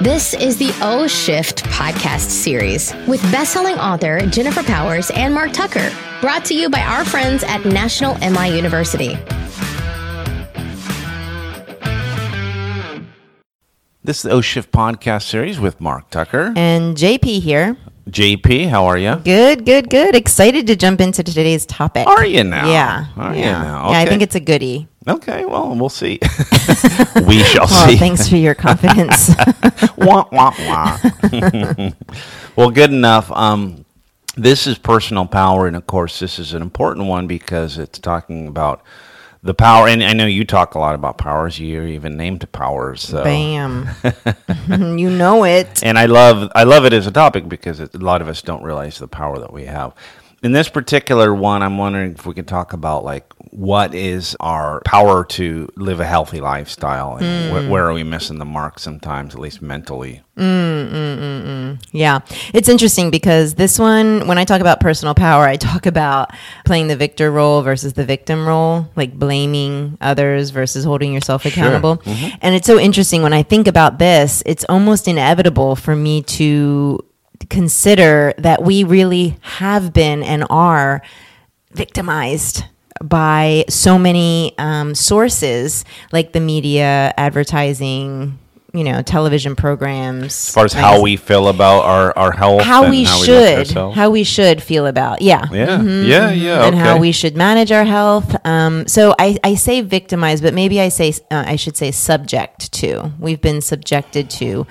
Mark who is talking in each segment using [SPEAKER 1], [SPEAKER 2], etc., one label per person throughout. [SPEAKER 1] This is the O Shift podcast series with bestselling author Jennifer Powers and Mark Tucker, brought to you by our friends at National MI University.
[SPEAKER 2] This is the O Shift podcast series with Mark Tucker.
[SPEAKER 3] And JP here.
[SPEAKER 2] JP, how are you?
[SPEAKER 3] Good, good, good. Excited to jump into today's topic.
[SPEAKER 2] Are you now?
[SPEAKER 3] Yeah.
[SPEAKER 2] Are you
[SPEAKER 3] yeah.
[SPEAKER 2] now?
[SPEAKER 3] Yeah, I
[SPEAKER 2] Okay.
[SPEAKER 3] think it's a goodie.
[SPEAKER 2] Okay, well, we'll see. we shall
[SPEAKER 3] Well,
[SPEAKER 2] see.
[SPEAKER 3] Oh, thanks for your confidence.
[SPEAKER 2] Oh. wah, wah, wah. well, good enough. Um, this is personal power, and of course, this is an important one because it's talking about the power. And I know you talk a lot about powers. You even named powers. So.
[SPEAKER 3] Bam. you know it.
[SPEAKER 2] and I love I love it as a topic because it, a lot of us don't realize the power that we have. In this particular one, I'm wondering if we could talk about like what is our power to live a healthy lifestyle, and
[SPEAKER 3] Hmm.
[SPEAKER 2] wh- where are we missing the mark sometimes, at least mentally.
[SPEAKER 3] Yeah. It's interesting because this one, when I talk about personal power, I talk about playing the victor role versus the victim role, like blaming others versus holding yourself accountable.
[SPEAKER 2] Mm-hmm.
[SPEAKER 3] And it's so interesting when I think about this, it's almost inevitable for me to consider that we really have been and are victimized by so many um, sources like the media, advertising, you know, television programs.
[SPEAKER 2] As far as how we feel about our our health,
[SPEAKER 3] how
[SPEAKER 2] and
[SPEAKER 3] we
[SPEAKER 2] how we look at
[SPEAKER 3] should
[SPEAKER 2] ourselves.
[SPEAKER 3] how we should feel about yeah
[SPEAKER 2] yeah, yeah, yeah,
[SPEAKER 3] and
[SPEAKER 2] okay.
[SPEAKER 3] how we should manage our health um, so I, I say victimized but maybe i say uh, i should say subject to we've been subjected to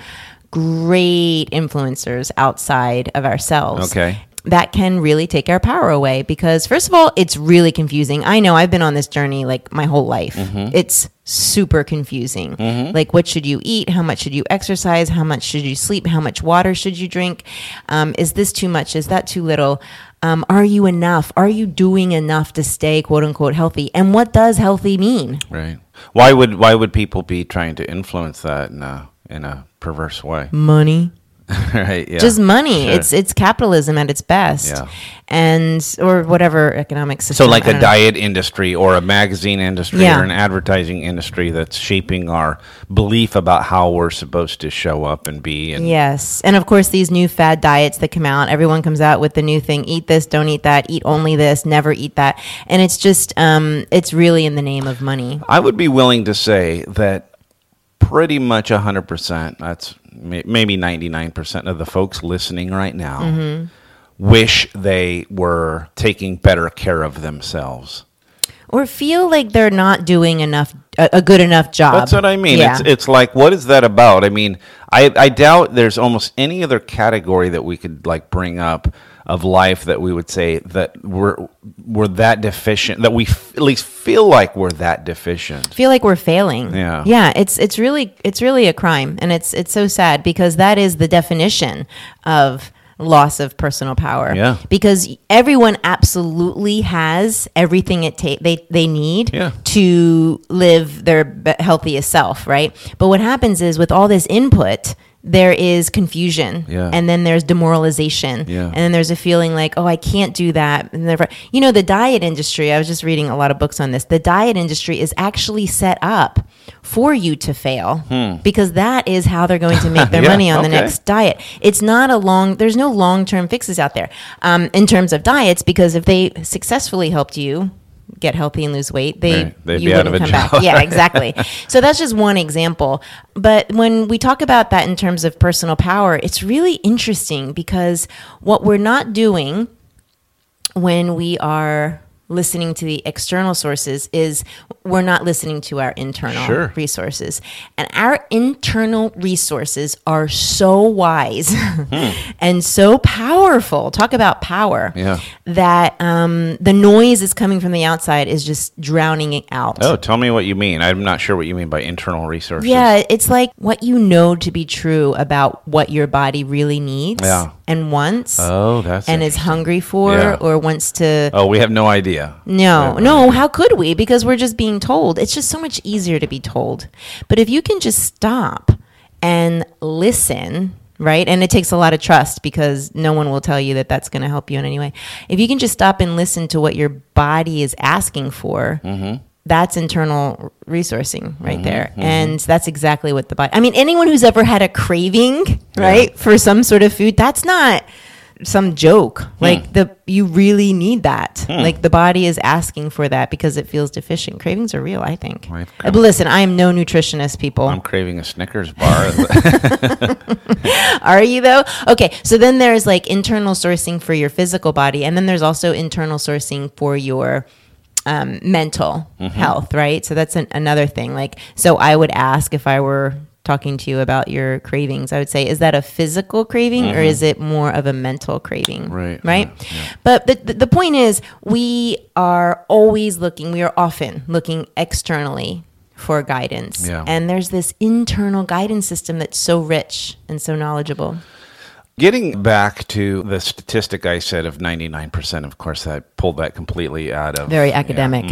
[SPEAKER 3] great influencers outside of ourselves
[SPEAKER 2] Okay.
[SPEAKER 3] that can really take our power away because first of all it's really confusing i know i've been on this journey like my whole life
[SPEAKER 2] Mm-hmm.
[SPEAKER 3] it's super confusing like what should you eat how much should you exercise how much should you sleep how much water should you drink um, is this too much is that too little um, are you enough are you doing enough to stay quote unquote healthy and what does healthy mean
[SPEAKER 2] right? Why would why would people be trying to influence that in a in a perverse way?
[SPEAKER 3] money
[SPEAKER 2] right? Yeah.
[SPEAKER 3] just money
[SPEAKER 2] Sure.
[SPEAKER 3] it's it's capitalism at its best
[SPEAKER 2] Yeah.
[SPEAKER 3] and or whatever economic
[SPEAKER 2] So,
[SPEAKER 3] system
[SPEAKER 2] like
[SPEAKER 3] I
[SPEAKER 2] a
[SPEAKER 3] don't know.
[SPEAKER 2] diet industry or a magazine industry
[SPEAKER 3] Yeah.
[SPEAKER 2] or an advertising industry that's shaping our belief about how we're supposed to show up and be. And
[SPEAKER 3] Yes. And of course, these new fad diets that come out, everyone comes out with the new thing eat this, don't eat that, eat only this, never eat that. And it's just, um, it's really in the name of money.
[SPEAKER 2] I would be willing to say that pretty much 100%, that's may- maybe 99% of the folks listening right now, wish they were taking better care of themselves.
[SPEAKER 3] Or feel like they're not doing enough, a, a good enough job.
[SPEAKER 2] That's what I mean.
[SPEAKER 3] Yeah.
[SPEAKER 2] It's it's like what is that about? I mean, I I doubt there's almost any other category that we could like bring up of life that we would say that we're we're that deficient that we f- at least feel like we're that deficient.
[SPEAKER 3] feel like we're failing.
[SPEAKER 2] Yeah.
[SPEAKER 3] Yeah, it's it's really it's really a crime and it's it's so sad because that is the definition of loss of personal power.
[SPEAKER 2] Yeah.
[SPEAKER 3] Because everyone absolutely has everything it ta- they they need
[SPEAKER 2] Yeah.
[SPEAKER 3] to live their be- healthiest self, right? But what happens is with all this input there is confusion
[SPEAKER 2] Yeah.
[SPEAKER 3] and then there's demoralization
[SPEAKER 2] Yeah.
[SPEAKER 3] and then there's a feeling like oh i can't do that and never you know the diet industry i was just reading a lot of books on this the diet industry is actually set up for you to fail because that is how they're going to make their
[SPEAKER 2] Hmm. Yeah,
[SPEAKER 3] money on the
[SPEAKER 2] okay.
[SPEAKER 3] next diet it's not a long there's no long-term fixes out there um, in terms of diets because if they successfully helped you get healthy and lose weight they
[SPEAKER 2] Right. They'd
[SPEAKER 3] you
[SPEAKER 2] be out of
[SPEAKER 3] wouldn't
[SPEAKER 2] a
[SPEAKER 3] come back
[SPEAKER 2] job.
[SPEAKER 3] yeah exactly so that's just one example but when we talk about that in terms of personal power it's really interesting because what we're not doing when we are listening to the external sources is we're not listening to our internal
[SPEAKER 2] Sure.
[SPEAKER 3] resources and our internal resources are so wise
[SPEAKER 2] Hmm.
[SPEAKER 3] and so powerful talk about power
[SPEAKER 2] Yeah.
[SPEAKER 3] that um, the noise is coming from the outside is just drowning it out
[SPEAKER 2] Oh, tell me what you mean. I'm not sure what you mean by internal resources.
[SPEAKER 3] yeah, it's like what you know to be true about what your body really needs
[SPEAKER 2] Yeah.
[SPEAKER 3] and wants
[SPEAKER 2] Oh, that's
[SPEAKER 3] and is
[SPEAKER 2] interesting.
[SPEAKER 3] hungry for
[SPEAKER 2] Yeah.
[SPEAKER 3] or wants to
[SPEAKER 2] Oh, we have no idea.
[SPEAKER 3] no, no, how could we? Because we're just being told. It's just so much easier to be told. But if you can just stop and listen, right? And it takes a lot of trust because no one will tell you that that's going to help you in any way. If you can just stop and listen to what your body is asking for, that's internal resourcing right there. And that's exactly what the body, I mean, anyone who's ever had a craving, right, for some sort of food, that's not some joke.
[SPEAKER 2] Hmm.
[SPEAKER 3] Like the you really need that. Like the body is asking for that because it feels deficient. Cravings are real, I think. Uh,
[SPEAKER 2] I've
[SPEAKER 3] But listen, I am no nutritionist people.
[SPEAKER 2] I'm craving a Snickers bar.
[SPEAKER 3] Are you though? Okay. So then there's like internal sourcing for your physical body, and then there's also internal sourcing for your um, mental
[SPEAKER 2] Mm-hmm.
[SPEAKER 3] health, right? So that's an, another thing. Like, so I would ask if I were talking to you about your cravings, I would say, is that a physical craving or is it more of a mental craving?
[SPEAKER 2] Mm-hmm. Right,
[SPEAKER 3] Right. But the, the, the point is, we are always looking, we are often looking externally for guidance.
[SPEAKER 2] Yeah.
[SPEAKER 3] And there's this internal guidance system that's so rich and so knowledgeable.
[SPEAKER 2] Getting back to the statistic I said of 99%, of course, I pulled that completely out of
[SPEAKER 3] Very academic.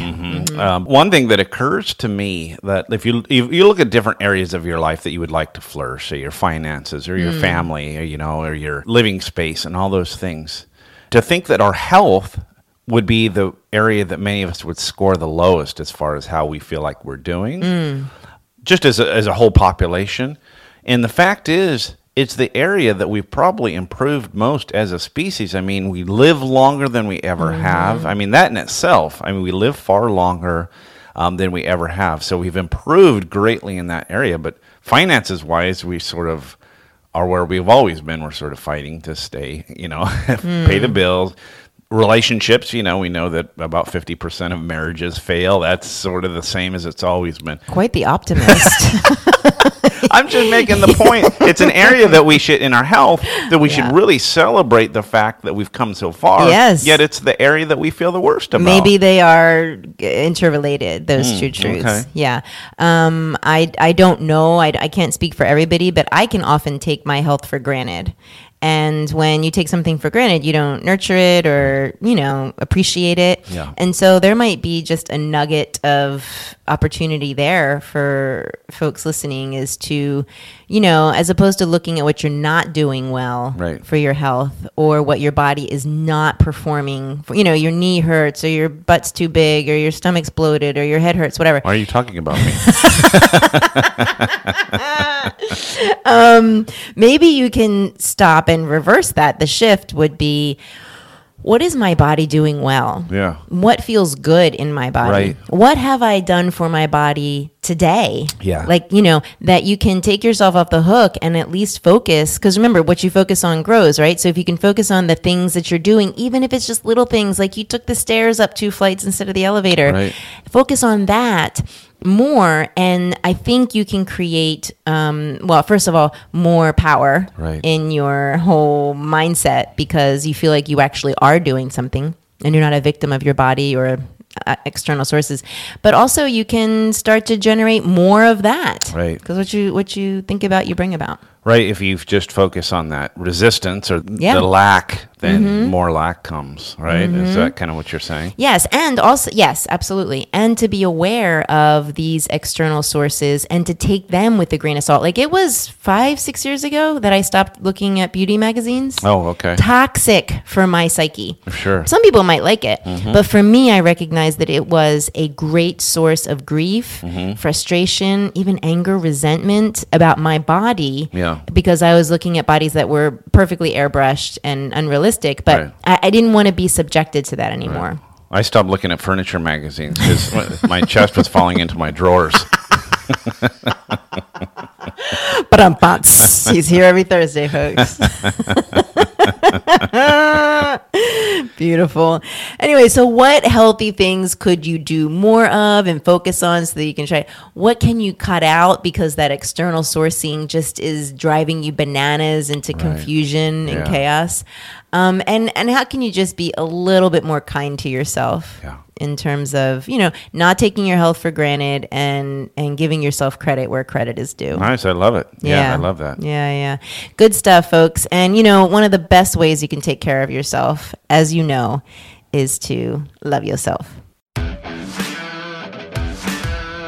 [SPEAKER 2] Um, one thing that occurs to me that if you, if you look at different areas of your life that you would like to flourish, say your finances or your family, or, you know, or your living space and all those things, to think that our health would be the area that many of us would score the lowest as far as how we feel like we're doing, just as a, as a whole population. And the fact is, it's the area that we've probably improved most as a species. I mean, we live longer than we ever have. I mean, that in itself, I mean, we live far longer um, than we ever have. So we've improved greatly in that area. But finances wise, we sort of are where we've always been. We're sort of fighting to stay, you know, pay the bills. Relationships, you know, we know that about 50% of marriages fail. That's sort of the same as it's always been.
[SPEAKER 3] Quite the optimist.
[SPEAKER 2] I'm just making the point. It's an area that we should, in our health, that we
[SPEAKER 3] Yeah.
[SPEAKER 2] should really celebrate the fact that we've come so far.
[SPEAKER 3] Yes.
[SPEAKER 2] Yet it's the area that we feel the worst about. Hmm,
[SPEAKER 3] Maybe they are interrelated, those two truths.
[SPEAKER 2] okay.
[SPEAKER 3] Yeah. Um, I, I don't know. I, I can't speak for everybody, but I can often take my health for granted. And when you take something for granted, you don't nurture it or, you know, appreciate it.
[SPEAKER 2] Yeah.
[SPEAKER 3] And so there might be just a nugget of opportunity there for folks listening is to, you know, as opposed to looking at what you're not doing well
[SPEAKER 2] Right.
[SPEAKER 3] for your health or what your body is not performing for, you know your knee hurts or your butt's too big or your stomach's bloated or your head hurts whatever
[SPEAKER 2] Why are you talking about me?
[SPEAKER 3] maybe you can stop and reverse that the shift would be what is my body doing well
[SPEAKER 2] Yeah.
[SPEAKER 3] what feels good in my body
[SPEAKER 2] Right.
[SPEAKER 3] what have i done for my body today
[SPEAKER 2] Yeah.
[SPEAKER 3] like you know that you can take yourself off the hook and at least focus because remember what you focus on grows right so if you can focus on the things that you're doing even if it's just little things like you took the stairs up two flights instead of the elevator
[SPEAKER 2] Right.
[SPEAKER 3] focus on that more and i think you can create um, well first of all more power
[SPEAKER 2] Right.
[SPEAKER 3] in your whole mindset because you feel like you actually are doing something and you're not a victim of your body or uh, external sources but also you can start to generate more of that
[SPEAKER 2] Right.
[SPEAKER 3] because what you what you think about you bring about
[SPEAKER 2] right. If you just focus on that resistance or
[SPEAKER 3] Yeah. Mm-hmm.
[SPEAKER 2] the lack, then more lack comes, right? Is that kind of what you're saying?
[SPEAKER 3] Yes, and also yes, absolutely, and to be aware of these external sources and to take them with a grain of salt. Like it was five, six years ago that I stopped looking at beauty magazines.
[SPEAKER 2] Oh, okay.
[SPEAKER 3] Toxic for my psyche.
[SPEAKER 2] Sure. Mm-hmm.
[SPEAKER 3] Some people might like it, but for me, I recognized that it was a great source of grief,
[SPEAKER 2] Mm-hmm.
[SPEAKER 3] frustration, even anger, resentment about my body.
[SPEAKER 2] Yeah.
[SPEAKER 3] Because I was looking at bodies that were perfectly airbrushed and unrealistic, but
[SPEAKER 2] Right.
[SPEAKER 3] I, I didn't want to be subjected to that anymore.
[SPEAKER 2] I stopped looking at furniture magazines because my chest was falling into my drawers.
[SPEAKER 3] But um, he's here every Thursday, folks. Beautiful. Anyway, so what healthy things could you do more of and focus on so that you can try? What can you cut out because that external sourcing just is driving you bananas into confusion and
[SPEAKER 2] Yeah.
[SPEAKER 3] chaos? Um, and and how can you just be a little bit more kind to yourself?
[SPEAKER 2] Yeah.
[SPEAKER 3] in terms of you know not taking your health for granted and and giving yourself credit where credit is due
[SPEAKER 2] Nice. I love it. yeah I love that.
[SPEAKER 3] yeah, yeah. Good stuff, folks. And you know, one of the best ways you can take care of yourself, as you know, is to love yourself.